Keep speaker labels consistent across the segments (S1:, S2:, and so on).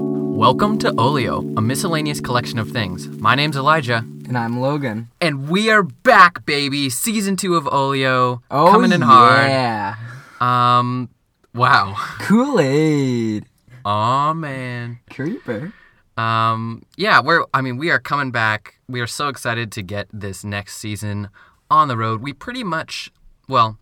S1: Welcome to Olio, a miscellaneous collection of things. My name's Elijah,
S2: And I'm Logan.
S1: and we are back, baby. Season two of Olio
S2: Oh,
S1: coming in
S2: yeah.
S1: hard. Um, wow.
S2: Kool Aid.
S1: Aw man.
S2: Creeper.
S1: Um, yeah, we're. I mean, we are coming back. We are so excited to get this next season on the road. We pretty much, well,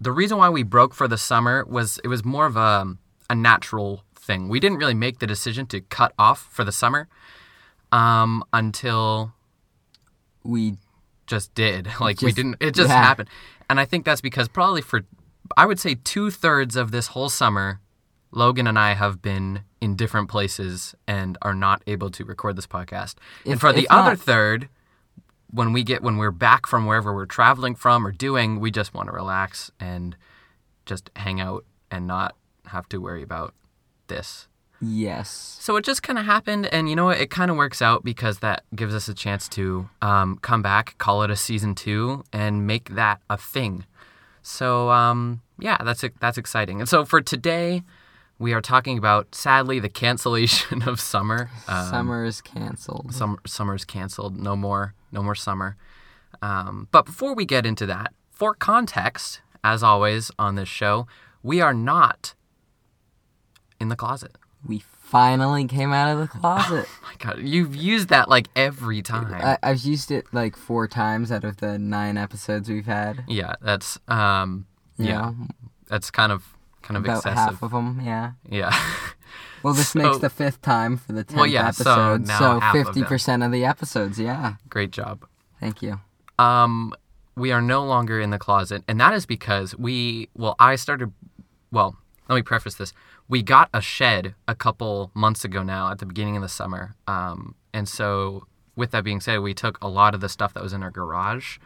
S1: the reason why we broke for the summer was it was more of a a natural thing. We didn't really make the decision to cut off for the summer um, until
S2: We
S1: just did. Like we
S2: just-
S1: didn't. It just
S2: yeah.
S1: happened, and I think that's because probably for I would say two thirds of this whole summer, Logan and I have been in different places and are not able to record this podcast. and
S2: If-
S1: for the
S2: if
S1: other
S2: not-
S1: third, when we get when we're back from wherever we're traveling from or doing, we just want to relax and just hang out and not have to worry about this.
S2: yes.
S1: So it just kind of happened, and you know what? It kind of works out because that gives us a chance to um, come back, call it a season two, and make that a thing. So um, yeah, that's that's exciting. And so for today, we are talking about sadly the cancellation of summer. Uh,
S2: Summer is canceled.
S1: summer summer's canceled. No more. No more summer. Um, but before we get into that, for context, as always on this show, we are not in the closet.
S2: We finally came out of the closet.
S1: My God, you've used that like every time.
S2: I, I've used it like four times out of the nine episodes we've had.
S1: yeah, that's um, yeah,
S2: You know,
S1: that's kind of kind of
S2: about
S1: excessive.
S2: half of them. Yeah.
S1: yeah,
S2: Well, this
S1: So-
S2: makes the fifth time for the tenth
S1: Well, yeah, so
S2: episode.
S1: now
S2: So
S1: half of them.
S2: fifty percent of the episodes. Yeah.
S1: great job.
S2: Thank you.
S1: Um, we are no longer in the closet, and that is because we. Well, I started. Well, let me preface this. We got a shed a couple months ago now, at the beginning of the summer. Um, and so, with that being said, we took a lot of the stuff that was in our garage,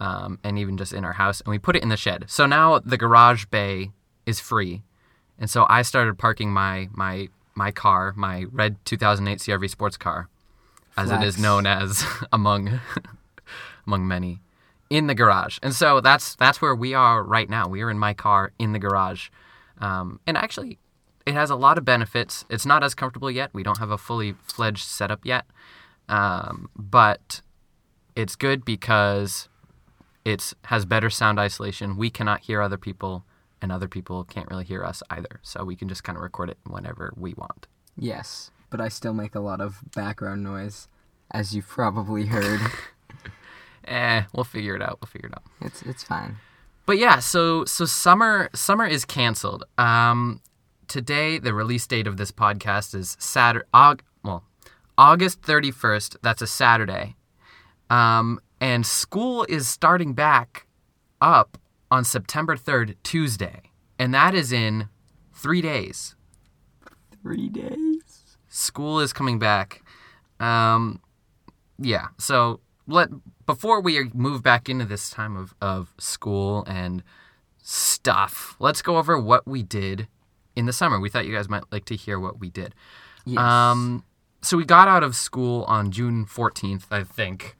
S1: um, and even just in our house, and we put it in the shed. So now the garage bay is free, and so I started parking my my my car, my red 2008 CRV sports car, as it is
S2: Flex.
S1: known as among among many in the garage and so that's that's where we are right now we are in my car in the garage um, and actually it has a lot of benefits it's not as comfortable yet we don't have a fully fledged setup yet um, but it's good because it's has better sound isolation we cannot hear other people and other people can't really hear us either so we can just kind of record it whenever we want
S2: Yes, but I still make a lot of background noise, as you've probably heard.
S1: eh we'll figure it out we'll figure it out
S2: it's it's fine.
S1: But yeah, so so summer summer is canceled. Um, today the release date of this podcast is Saturday. Aug- well, August thirty first. That's a Saturday, um, and school is starting back up on September third, Tuesday, and that is in three days.
S2: Three days.
S1: School is coming back. Um, yeah, so let before we move back into this time of, of school and stuff, let's go over what we did in the summer. We thought you guys might like to hear what we did.
S2: Yes.
S1: Um, so we got out of school on June 14th, I think.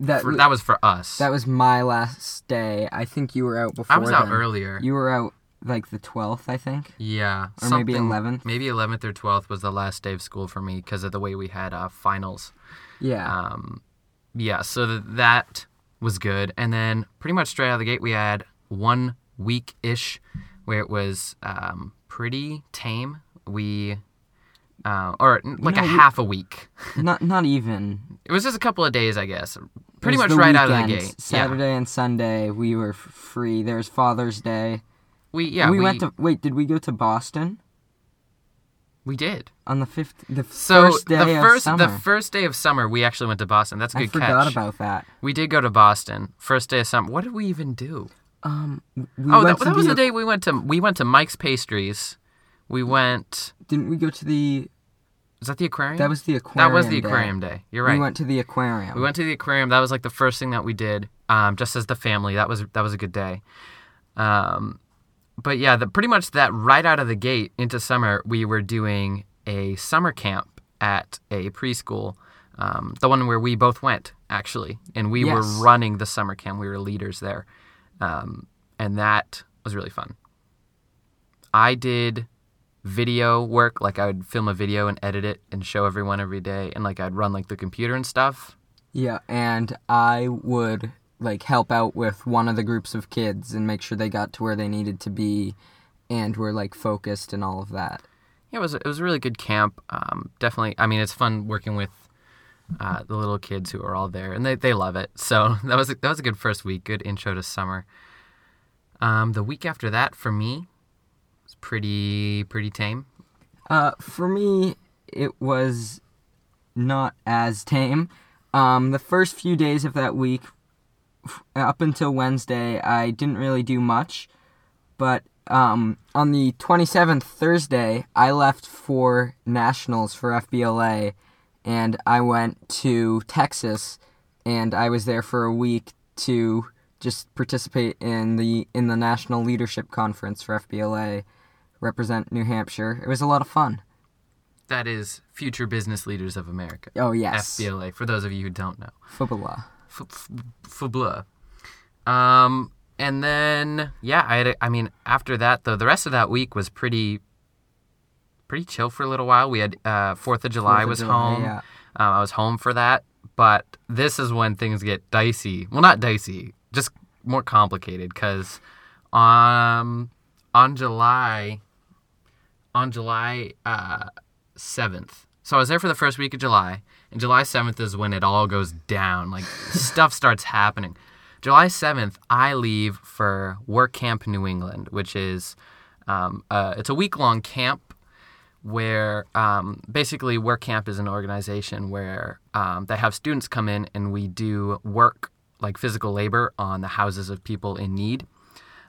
S2: that,
S1: For, that was for us.
S2: that was my last day. I think you were out before.
S1: I was out
S2: then.
S1: earlier.
S2: You were out like the twelfth, I think.
S1: yeah,
S2: Or maybe
S1: something-
S2: 11th.
S1: Maybe 11th or 12th was the last day of school for me because of the way we had uh, finals.
S2: Yeah.
S1: um, yeah, so th- that was good. And then pretty much straight out of the gate, we had one week ish where it was um, pretty tame. We, uh, or n- like a
S2: No, we-
S1: half a week.
S2: not not even.
S1: It was just a couple of days, I guess.
S2: It
S1: Pretty
S2: was
S1: much
S2: the
S1: right out of the
S2: weekend.
S1: gate. Yeah.
S2: Saturday and Sunday we were f- free. There was Father's Day.
S1: We, yeah,
S2: we, went to wait. Did we go to Boston
S1: we did.
S2: on the fifth? The
S1: So
S2: first day
S1: the
S2: of
S1: first,
S2: summer.
S1: the first day of summer, we actually went to Boston. That's a
S2: I
S1: good
S2: forgot
S1: catch.
S2: about that.
S1: We did go to Boston. First day of summer. What did we even do?
S2: Um, we
S1: Oh, that,
S2: went to
S1: that was
S2: the
S1: the day we went to we went to Mike's Pastries. We went.
S2: Didn't we go to the?
S1: Was that the aquarium?
S2: That was the
S1: That
S2: aquarium.
S1: was the
S2: day.
S1: aquarium day. You're right.
S2: We went to the aquarium.
S1: to the aquarium. That was like the first thing that we did. Um, just as the family. That was that was a good day. Um, but yeah, the, pretty much that right out of the gate into summer, we were doing a summer camp at a preschool. Um, the one where we both went actually, and we were
S2: Yes.
S1: running the summer camp. We were leaders there, um, and that was really fun. I did video work. Like I would film a video and edit it and show everyone every day, and like I'd run like the computer and stuff.
S2: Yeah, and I would like help out with one of the groups of kids and make sure they got to where they needed to be and were like focused and all of that.
S1: Yeah, it was it was a really good camp. Um, definitely, I mean, it's fun working with uh, the little kids who are all there, and they, they love it. So that was a, that was a good first week, good intro to summer. Um, the week after that for me was pretty pretty tame.
S2: Uh, for me, it was not as tame. Um, the first few days of that week, f- up until Wednesday, I didn't really do much. But um, on the 27th, Thursday, I left for nationals for FBLA and I went to Texas and I was there for a week to just participate in the in the National Leadership Conference for FBLA, represent New Hampshire. It was a lot of fun.
S1: That is Future Business Leaders of America.
S2: Oh yes.
S1: FBLA. For those of you who don't know,
S2: Fubala.
S1: F- f- FBLA. Um, and then yeah, I had a, I mean after that though, the rest of that week was pretty pretty chill for a little while. We had uh, Fourth of July
S2: Fourth of
S1: was
S2: July,
S1: home.
S2: yeah.
S1: Um, I was home for that, but this is when things get dicey. Well, not dicey, just more complicated because um, on July on July uh, seventh. so I was there for the first week of July, and July seventh is when it all goes down. Like stuff starts happening. July seventh, I leave for Work Camp New England, which is um, uh, it's a week long camp where um, basically work camp is an organization where um, they have students come in and we do work like physical labor on the houses of people in need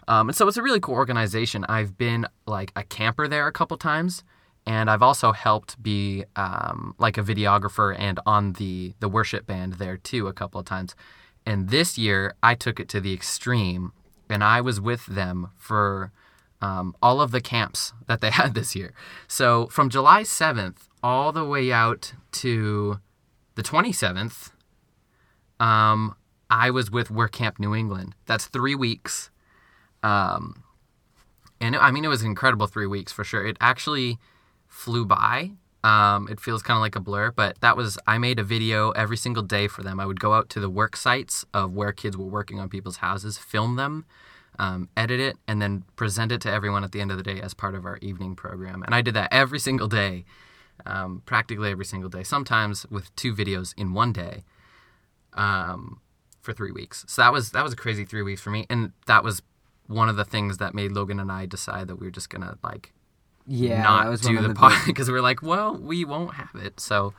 S1: um, and so it's a really cool organization i've been like a camper there a couple times and i've also helped be um, like a videographer and on the the worship band there too a couple of times and this year i took it to the extreme and i was with them for um, all of the camps that they had this year. So from July 7th all the way out to the 27th, um, I was with Work Camp New England. That's three weeks. Um, and I mean, it was an incredible three weeks for sure. It actually flew by. Um, it feels kind of like a blur, but that was, I made a video every single day for them. I would go out to the work sites of where kids were working on people's houses, film them, um, edit it, and then present it to everyone at the end of the day as part of our evening program. And I did that every single day, um, practically every single day, sometimes with two videos in one day um, for three weeks. So that was that was a crazy three weeks for me, and that was one of the things that made Logan and I decide that we were just gonna like
S2: Yeah, that
S1: not
S2: was
S1: do
S2: one of
S1: the
S2: big-
S1: pod because we were like, well, we won't have it. So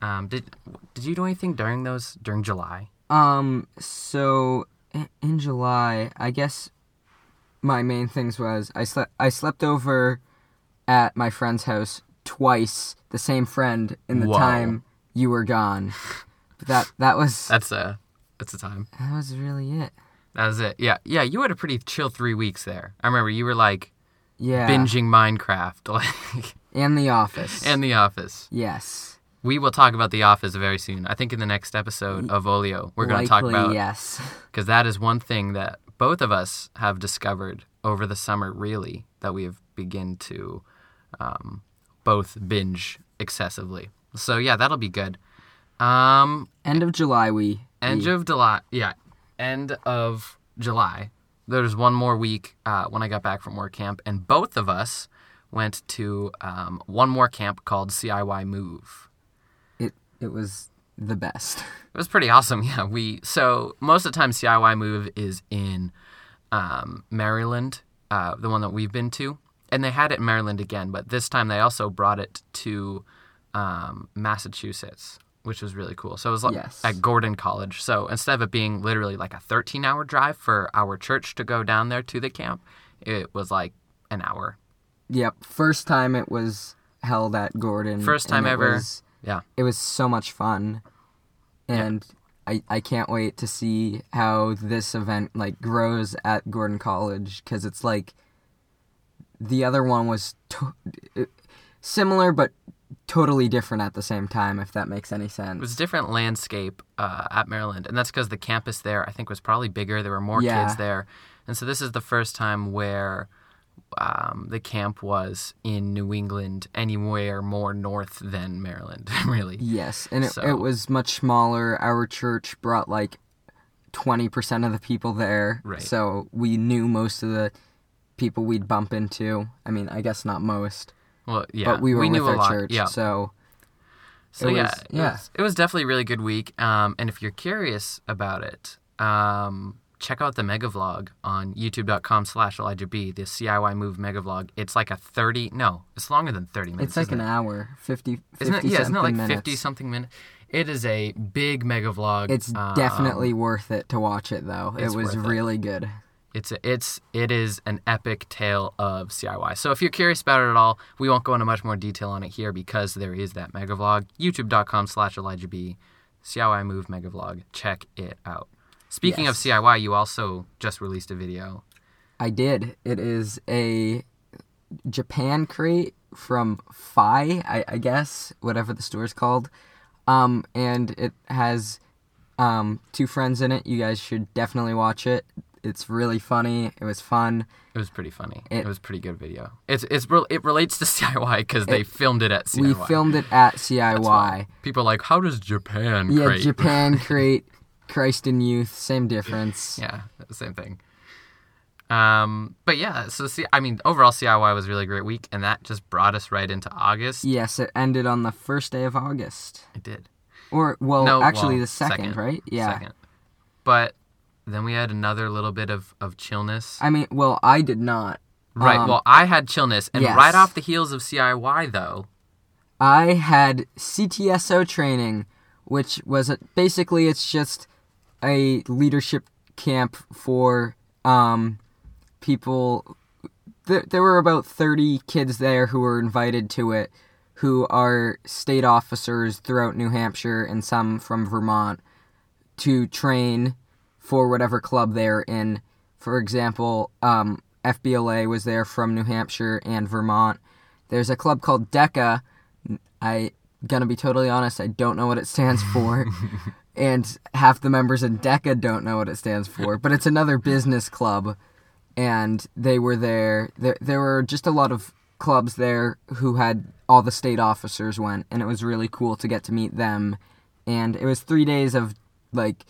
S1: um, did did you do anything during those during July?
S2: Um, so i- in July, I guess my main things was I slept I slept over at my friend's house twice, the same friend in the
S1: Whoa.
S2: time you were gone. But that that was that
S1: That's a that's a time.
S2: was really it.
S1: That was it. Yeah, yeah. You had a pretty chill three weeks there. I remember you were like
S2: Yeah.
S1: binging Minecraft, like
S2: And The Office.
S1: and The Office.
S2: yes.
S1: We will talk about The Office very soon. I think in the next episode of Olio, we're going to talk
S2: Likely,
S1: about
S2: yes.
S1: because that is one thing that both of us have discovered over the summer really that we have begin to um, both binge excessively so yeah that'll be good um,
S2: End of July we
S1: end of july yeah end of july there's one more week uh, when i got back from work camp and both of us went to um, one more camp called ciy move
S2: it it was the best.
S1: It was pretty awesome. Yeah, we so most of the time CIY Move is in um, Maryland, uh, the one that we've been to, and they had it in Maryland again, but this time they also brought it to um, Massachusetts, which was really cool. So it was like
S2: Yes.
S1: at Gordon College. So instead of it being literally like a 13-hour drive for our church to go down there to the camp, it was like an hour.
S2: Yep. First time it was held at Gordon.
S1: First time
S2: and it
S1: ever.
S2: was-
S1: Yeah.
S2: it was so much fun and I, I can't wait to see how this event like grows at gordon college because it's like the other one was to- uh, similar but totally different at the same time if that makes any
S1: It was
S2: sense
S1: a different landscape uh, at Maryland, and that's because the campus there, I think, was probably bigger. There were more
S2: Yeah.
S1: kids there, and so this is the first time where um, the camp was in New England, anywhere more north than Maryland, really.
S2: Yes, and it,
S1: So-
S2: it was much smaller. Our church brought like 20% of the people there.
S1: Right.
S2: So we knew most of the people we'd bump into. I mean, I guess not most,
S1: Well, yeah,
S2: but we were
S1: knew
S2: with
S1: a
S2: our
S1: lot.
S2: church.
S1: Yeah,
S2: So
S1: So
S2: It
S1: yeah,
S2: was-
S1: it
S2: yeah.
S1: was- it was definitely a really good week. Um, and if you're curious about it, um, check out the mega vlog on youtube.com slash Elijah B, the CIY Move mega vlog. It's like a 30, no, it's longer than 30 minutes.
S2: it's like an
S1: isn't it?
S2: hour, 50, 50
S1: Isn't it, yeah, isn't it like
S2: something
S1: 50
S2: minutes.
S1: something minutes? It is a big mega vlog.
S2: It's
S1: Um,
S2: definitely worth it to watch it though. It
S1: it's
S2: was
S1: worth it.
S2: really good.
S1: It's a, it's it is an epic tale of CIY. So if you're curious about it at all, we won't go into much more detail on it here because there is that mega vlog. YouTube.com slash Elijah B. CIY Move mega vlog. Check it out. Speaking
S2: Yes.
S1: of CIY, you also just released a video.
S2: I did. It is a Japan crate from Fi, I, I guess, whatever the store's called. Um, and it has um, two friends in it. You guys should definitely watch it. It's really funny. It was fun.
S1: It was pretty funny.
S2: It-
S1: It, was a pretty good video. It's it's re- it relates to CIY because they filmed it at CIY.
S2: We filmed it at
S1: That's
S2: CIY.
S1: People are like, how does Japan
S2: Yeah,
S1: create?
S2: Japan crate, Christ in Youth, same difference.
S1: Yeah, same thing. Um, but yeah, so see, I mean, overall CIY was a really great week, and that just brought us right into August.
S2: Yes, it ended on the first day of August.
S1: It did.
S2: Or, well,
S1: No,
S2: actually
S1: well,
S2: the second, right? Yeah.
S1: Second. But then we had another little bit of of chillness.
S2: I mean, well, I did not.
S1: right.
S2: Um,
S1: well, I had chillness, and
S2: yes.
S1: right off the heels of CIY though.
S2: I had CTSO training, which was a, basically it's just a leadership camp for um, people. There, there were about thirty kids there who were invited to it, who are state officers throughout New Hampshire and some from Vermont, to train for whatever club they're in. For example, um, FBLA was there from New Hampshire and Vermont. There's a club called DECA. I gonna be totally honest, I don't know what it stands for. and half the members in DECA don't know what it stands for, but it's another business club. And they were there. There, there were just a lot of clubs there who had all the state officers went, and it was really cool to get to meet them. And it was three days of like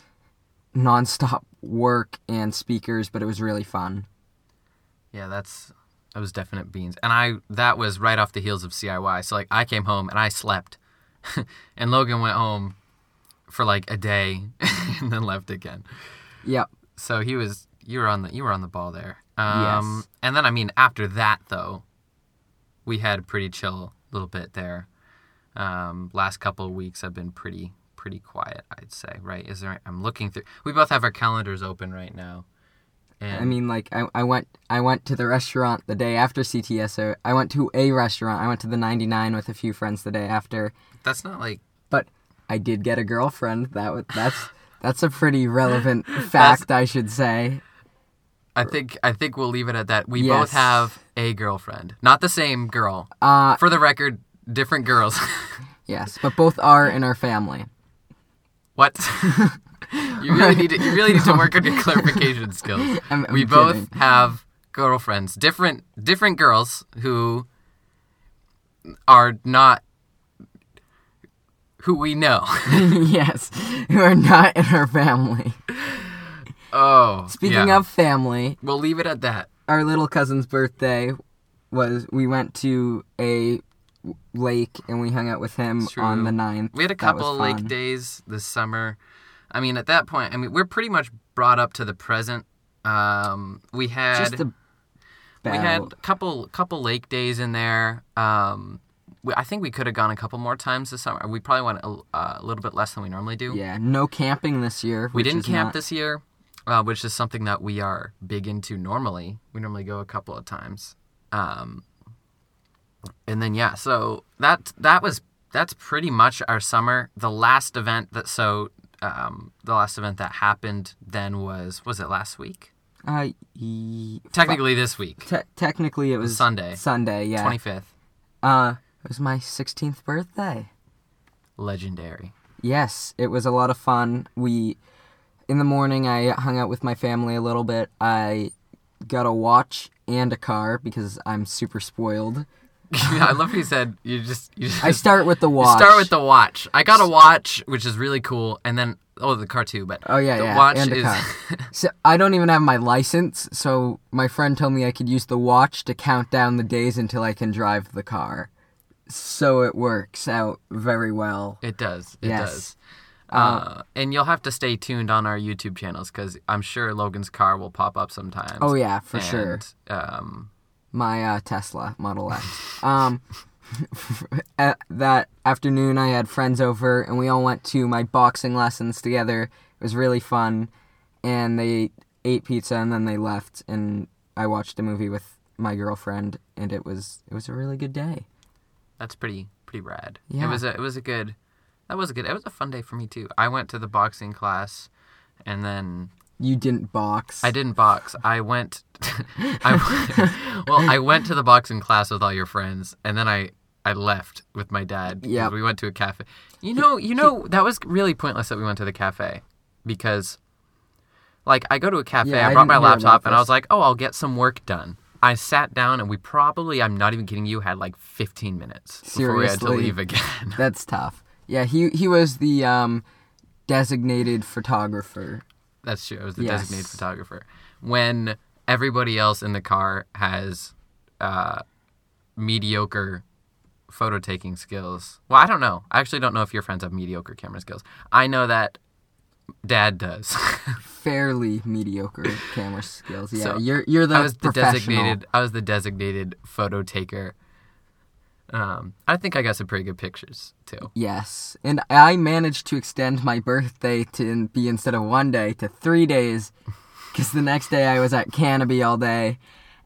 S2: nonstop work and speakers, but it was really fun.
S1: Yeah, that's that was definite beans, and I that was right off the heels of CIY. So like, I came home and I slept, and Logan went home for like a day, and then left again.
S2: Yep.
S1: So he was you were on the you were on the ball there. Um
S2: Yes.
S1: and then I mean after that though, we had a pretty chill little bit there. Um last couple of weeks have been pretty pretty quiet, I'd say, right? Is there I'm looking through we both have our calendars open right now. And
S2: I mean, like I, I went I went to the restaurant the day after CTSO. I went to a restaurant. I went to the 99 with a few friends the day after.
S1: that's not like
S2: But I did get a girlfriend. That was that's that's a pretty relevant fact, I should say.
S1: I think I think we'll leave it at that. We
S2: er, Yes.
S1: both have a girlfriend. Not the same girl.
S2: Uh,
S1: For the record, different girls.
S2: yes, but both are in our family.
S1: what? you really need to you really need to work on your clarification skills.
S2: I'm- I'm
S1: we
S2: kidding.
S1: both have girlfriends, different different girls who are not who we know.
S2: yes, who are not in our family.
S1: oh,
S2: Speaking
S1: yeah.
S2: of family,
S1: we'll leave it at that.
S2: our little cousin's birthday was we went to a lake and we hung out with him
S1: True.
S2: on the 9th.
S1: We had a
S2: That was
S1: couple lake
S2: fun.
S1: days this summer. I mean, at that point, I mean, we're pretty much brought up to the present. Um, we had
S2: Just a
S1: we had
S2: about-
S1: a couple couple lake days in there. Um, we, I think we could have gone a couple more times this summer. We probably went a, uh, a little bit less than we normally do.
S2: Yeah, no camping this year.
S1: we didn't camp this year, uh, which is something that we are big into normally. We normally go a couple of times, um, and then yeah, so that that was that's pretty much our summer. The last event that so um, the last event that happened then was was it last week?
S2: Uh, ye-
S1: Technically this week,
S2: te- technically, it was
S1: Sunday.
S2: Sunday, yeah.
S1: twenty fifth,
S2: Uh, it was my 16th birthday.
S1: legendary.
S2: Yes, it was a lot of fun. We, in the morning, I hung out with my family a little bit. I got a watch and a car because I'm super spoiled.
S1: yeah, I love what you said. You just you just
S2: I start with the
S1: you
S2: watch.
S1: start with the watch. I got a watch, which is really cool, and then oh the car too, but
S2: Oh yeah,
S1: the
S2: yeah,
S1: watch
S2: and a
S1: is
S2: car. So I don't even have my license, so my friend told me I could use the watch to count down the days until I can drive the car. So it works out very well.
S1: it does. It
S2: yes.
S1: does. Uh, and you'll have to stay tuned on our YouTube channels because I'm sure Logan's car will pop up sometimes.
S2: Oh yeah, for sure.
S1: And, Um,
S2: My uh, Tesla Model X. um, at that afternoon, I had friends over, and we all went to my boxing lessons together. It was really fun, and they ate pizza, and then they left, and I watched a movie with my girlfriend, and it was it was a really good day.
S1: that's pretty pretty rad. It
S2: Yeah.
S1: was a it was a good that was a good it was a fun day for me too. I went to the boxing class and then
S2: You didn't box.
S1: I didn't box. I went I well, I went to the boxing class with all your friends and then I I left with my dad. 'cause
S2: Yeah.
S1: We went to a cafe. You know, you know that was really pointless that we went to the cafe because like I go to a cafe,
S2: Yeah,
S1: I
S2: I
S1: brought my
S2: didn't hear about
S1: laptop and I
S2: this.
S1: was like, "Oh, I'll get some work done." I sat down and we probably, I'm not even kidding you, had like 15 minutes before we had to
S2: Seriously?
S1: leave again.
S2: That's tough. Yeah, he he was the um, designated photographer.
S1: That's true. I was the
S2: Yes.
S1: designated photographer. When everybody else in the car has uh, mediocre photo taking skills. Well, I don't know. I actually don't know if your friends have mediocre camera skills. I know that dad does.
S2: Fairly mediocre camera skills. Yeah,
S1: So,
S2: you're you're the
S1: I was the
S2: professional.
S1: designated I was the designated photo taker. Um, I think I got some pretty good pictures too.
S2: Yes, and I managed to extend my birthday to be instead of one day to three days, because the next day I was at Canopy all day,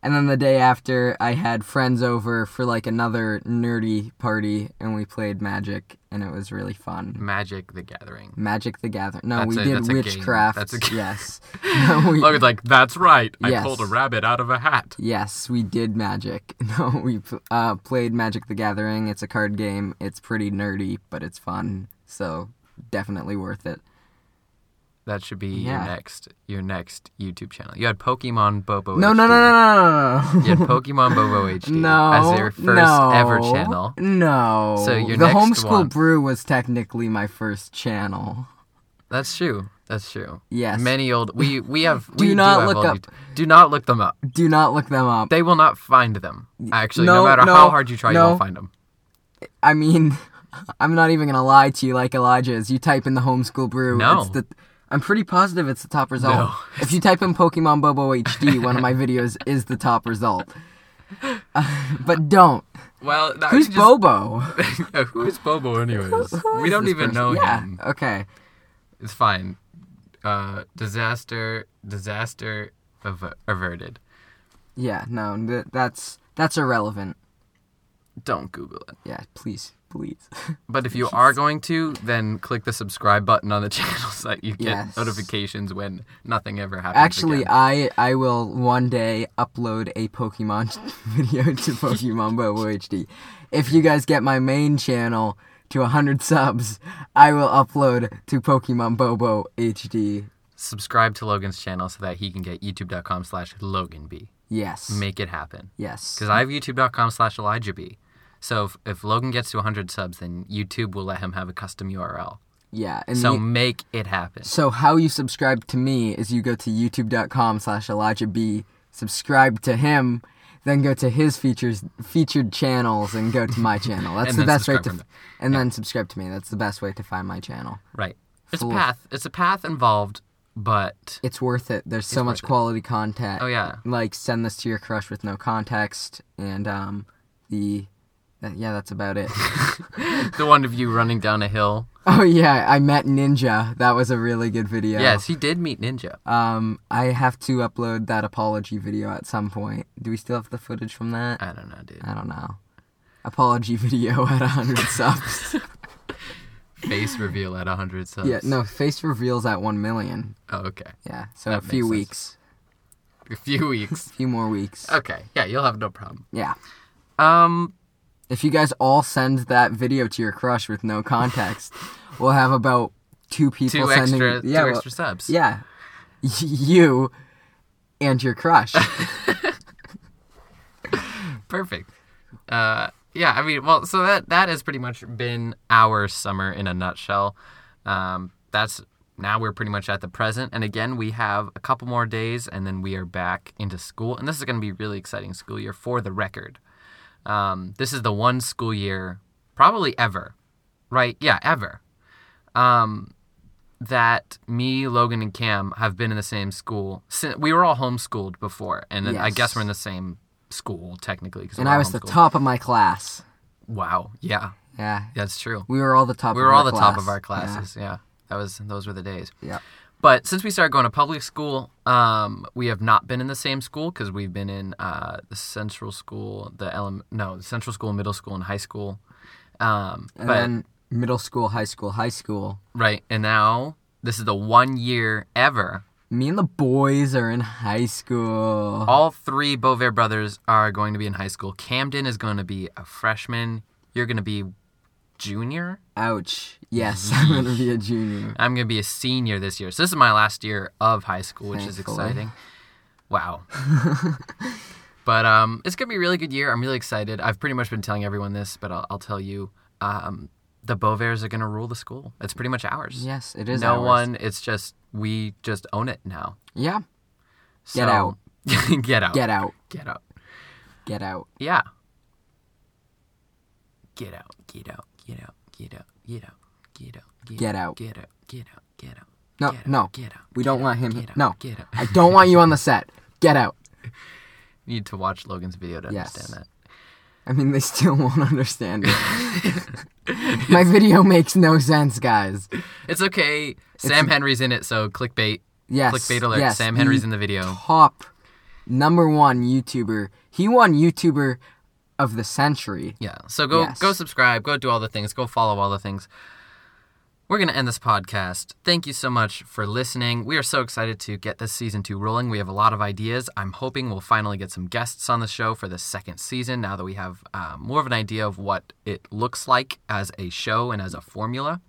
S2: and then the day after I had friends over for like another nerdy party, and we played Magic, and it was really fun.
S1: Magic the Gathering.
S2: Magic the Gathering. No,
S1: That's
S2: we
S1: a-
S2: did
S1: that's a game.
S2: witchcraft.
S1: That's a game.
S2: Yes. No, we,
S1: Logan's like, that's right. I
S2: Mm. Yes.
S1: pulled a rabbit out of a hat.
S2: yes, we did magic. No, we pl- uh, played Magic the Gathering. It's a card game. It's pretty nerdy, but it's fun. So definitely worth it.
S1: That should be your
S2: Yeah.
S1: next your next YouTube channel. You had Pokemon Bobo.
S2: No,
S1: HD.
S2: no, no, no, no, no,
S1: You had
S2: no.
S1: Pokemon Bobo HD
S2: No,
S1: as your first
S2: no,
S1: ever channel.
S2: No,
S1: So your
S2: the
S1: next
S2: homeschool
S1: one-
S2: brew was technically my first channel.
S1: That's true. That's true.
S2: Yes.
S1: Many old we we have
S2: Do
S1: we do
S2: not
S1: have
S2: look
S1: old
S2: up-
S1: YouTube- do not look them up.
S2: Do not look them up.
S1: They will not find them. Actually, no,
S2: no,
S1: matter
S2: no,
S1: how hard you try, you
S2: no.
S1: won't find them.
S2: I mean, I'm not even gonna lie to you. Like Elijah, is you type in the homeschool brew,
S1: No.
S2: it's the. I'm pretty positive it's the top result.
S1: No.
S2: If you type in Pokemon Bobo HD, one of my videos is the top result. Uh, but don't.
S1: Well, that
S2: Who's
S1: just,
S2: Bobo?
S1: who is Bobo anyways?
S2: Who
S1: we
S2: is
S1: don't
S2: this
S1: even
S2: person?
S1: know
S2: yeah.
S1: him.
S2: Okay.
S1: It's fine. Uh, disaster, disaster av- averted.
S2: Yeah. No. Th- that's that's irrelevant.
S1: Don't Google it.
S2: Yeah. Please. Please.
S1: But if you are going to, then click the subscribe button on the channel so that you get
S2: Yes.
S1: notifications when nothing ever happens.
S2: Actually, uh,
S1: again.
S2: I I will one day upload a Pokemon video to Pokemon Bobo HD. If you guys get my main channel to 100 subs, I will upload to Pokemon Bobo HD.
S1: subscribe to Logan's channel so that he can get youtube.com slash LoganB.
S2: Yes.
S1: Make it happen.
S2: yes.
S1: Because I have youtube.com slash ElijahB. So if, if Logan gets to 100 subs, then YouTube will let him have a custom URL.
S2: Yeah. And
S1: So
S2: you-
S1: make it happen.
S2: So how you subscribe to me is you go to youtube.com slash Elijah B, subscribe to him, then go to his features featured channels and go to my channel. That's
S1: And
S2: the
S1: then
S2: best way to
S1: subscribe
S2: f- and then subscribe to me. That's the best way to find my channel.
S1: Right. It's a
S2: Full of-
S1: path. It's a path involved, but
S2: It's worth it. There's so much quality content.
S1: Oh, yeah.
S2: Like send this to your crush with no context and um the that- yeah, that's about it.
S1: the one of you running down a hill.
S2: oh yeah, I met Ninja. That was a really good video.
S1: Yes, he did meet Ninja.
S2: Um, I have to upload that apology video at some point. Do we still have the footage from that?
S1: I don't know, dude.
S2: I don't know. Apology video at 100 subs.
S1: Face reveal at 100 subs.
S2: yeah, no, face reveals at 1 million.
S1: Oh, okay.
S2: Yeah, so
S1: That
S2: a
S1: makes Uh,
S2: few weeks.
S1: A few weeks.
S2: A few more weeks.
S1: Okay. Yeah, you'll have no problem.
S2: Yeah.
S1: Um,
S2: If you guys all send that video to your crush with no context, we'll have about two people
S1: two
S2: sending
S1: extra,
S2: yeah,
S1: two
S2: well-
S1: extra subs.
S2: Yeah. you and your crush.
S1: Perfect. Uh, yeah, I mean, well, so that that has pretty much been our summer in a nutshell. Um, that's now we're pretty much at the present, and again, we have a couple more days, and then we are back into school, and this is going to be a really exciting school year for the record. Um, this is the one school year, probably ever, right? Yeah, ever. Um, that me, Logan, and Cam have been in the same school. Since, we were all homeschooled before, and I
S2: Yes.
S1: guess we're in the same school technically. 'cause
S2: and
S1: we're
S2: I
S1: all
S2: was the
S1: homeschooled.
S2: top of my class.
S1: Wow. Yeah,
S2: Yeah.
S1: that's true.
S2: We were all the top
S1: We
S2: of
S1: were
S2: our
S1: all the top
S2: class.
S1: of our
S2: Yeah.
S1: classes. Yeah. That was those were the days.
S2: Yeah.
S1: But since we started going to public school, um, we have not been in the same school because we've been in uh, the central school, the ele- no, the central school, middle school, and high school. Um,
S2: And
S1: but
S2: then middle school, high school, high school.
S1: right, and now this is the one year ever
S2: Me and the boys are in high school.
S1: all three Bovair brothers are going to be in high school. Camden is going to be a freshman. You're going to be junior.
S2: Ouch. Yes, I'm going to be a junior.
S1: I'm going to be a senior this year. So this is my last year of high school, which is
S2: Thankfully.
S1: exciting. Wow. but um, it's going to be a really good year. I'm really excited. I've pretty much been telling everyone this, but I'll, I'll tell you, um, the Bovairs are going to rule the school. It's pretty much ours.
S2: Yes, it is
S1: no
S2: ours.
S1: one. It's just we just own it now.
S2: Yeah.
S1: So-
S2: Get out.
S1: get out.
S2: Get out.
S1: Get out.
S2: Get out.
S1: Yeah. Get out, get out, get out, get out, get out, get out,
S2: Get out.
S1: get out, get out, get out.
S2: No,
S1: get out,
S2: no.
S1: Get out.
S2: We
S1: get
S2: don't
S1: out,
S2: want him
S1: Get
S2: here.
S1: out,
S2: No.
S1: Get out.
S2: I don't want you on the set. Get out.
S1: Need to watch Logan's video to
S2: Yes.
S1: understand
S2: I mean, they still won't understand it. My video makes no sense, guys.
S1: that. It's okay. Sam Henry's in it, so clickbait.
S2: Yes.
S1: clickbait alert.
S2: Yes,
S1: Sam Henry's
S2: the
S1: in the video.
S2: top number one YouTuber. He won YouTuber of the century.
S1: Yeah. So go
S2: Yes.
S1: go subscribe, go do all the things, go follow all the things. We're going to end this podcast. Thank you so much for listening. We are so excited to get this season 2 rolling. We have a lot of ideas. I'm hoping we'll finally get some guests on the show for the second season now that we have um, more of an idea of what it looks like as a show and as a formula.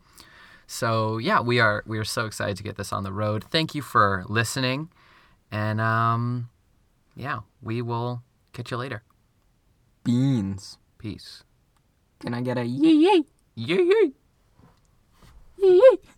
S1: So, yeah, we are we are so excited to get this on the road. Thank you for listening. And um yeah, we will catch you later.
S2: Beans.
S1: Peace.
S2: Can I get a yee yee?
S1: Yay!
S2: Yee yee.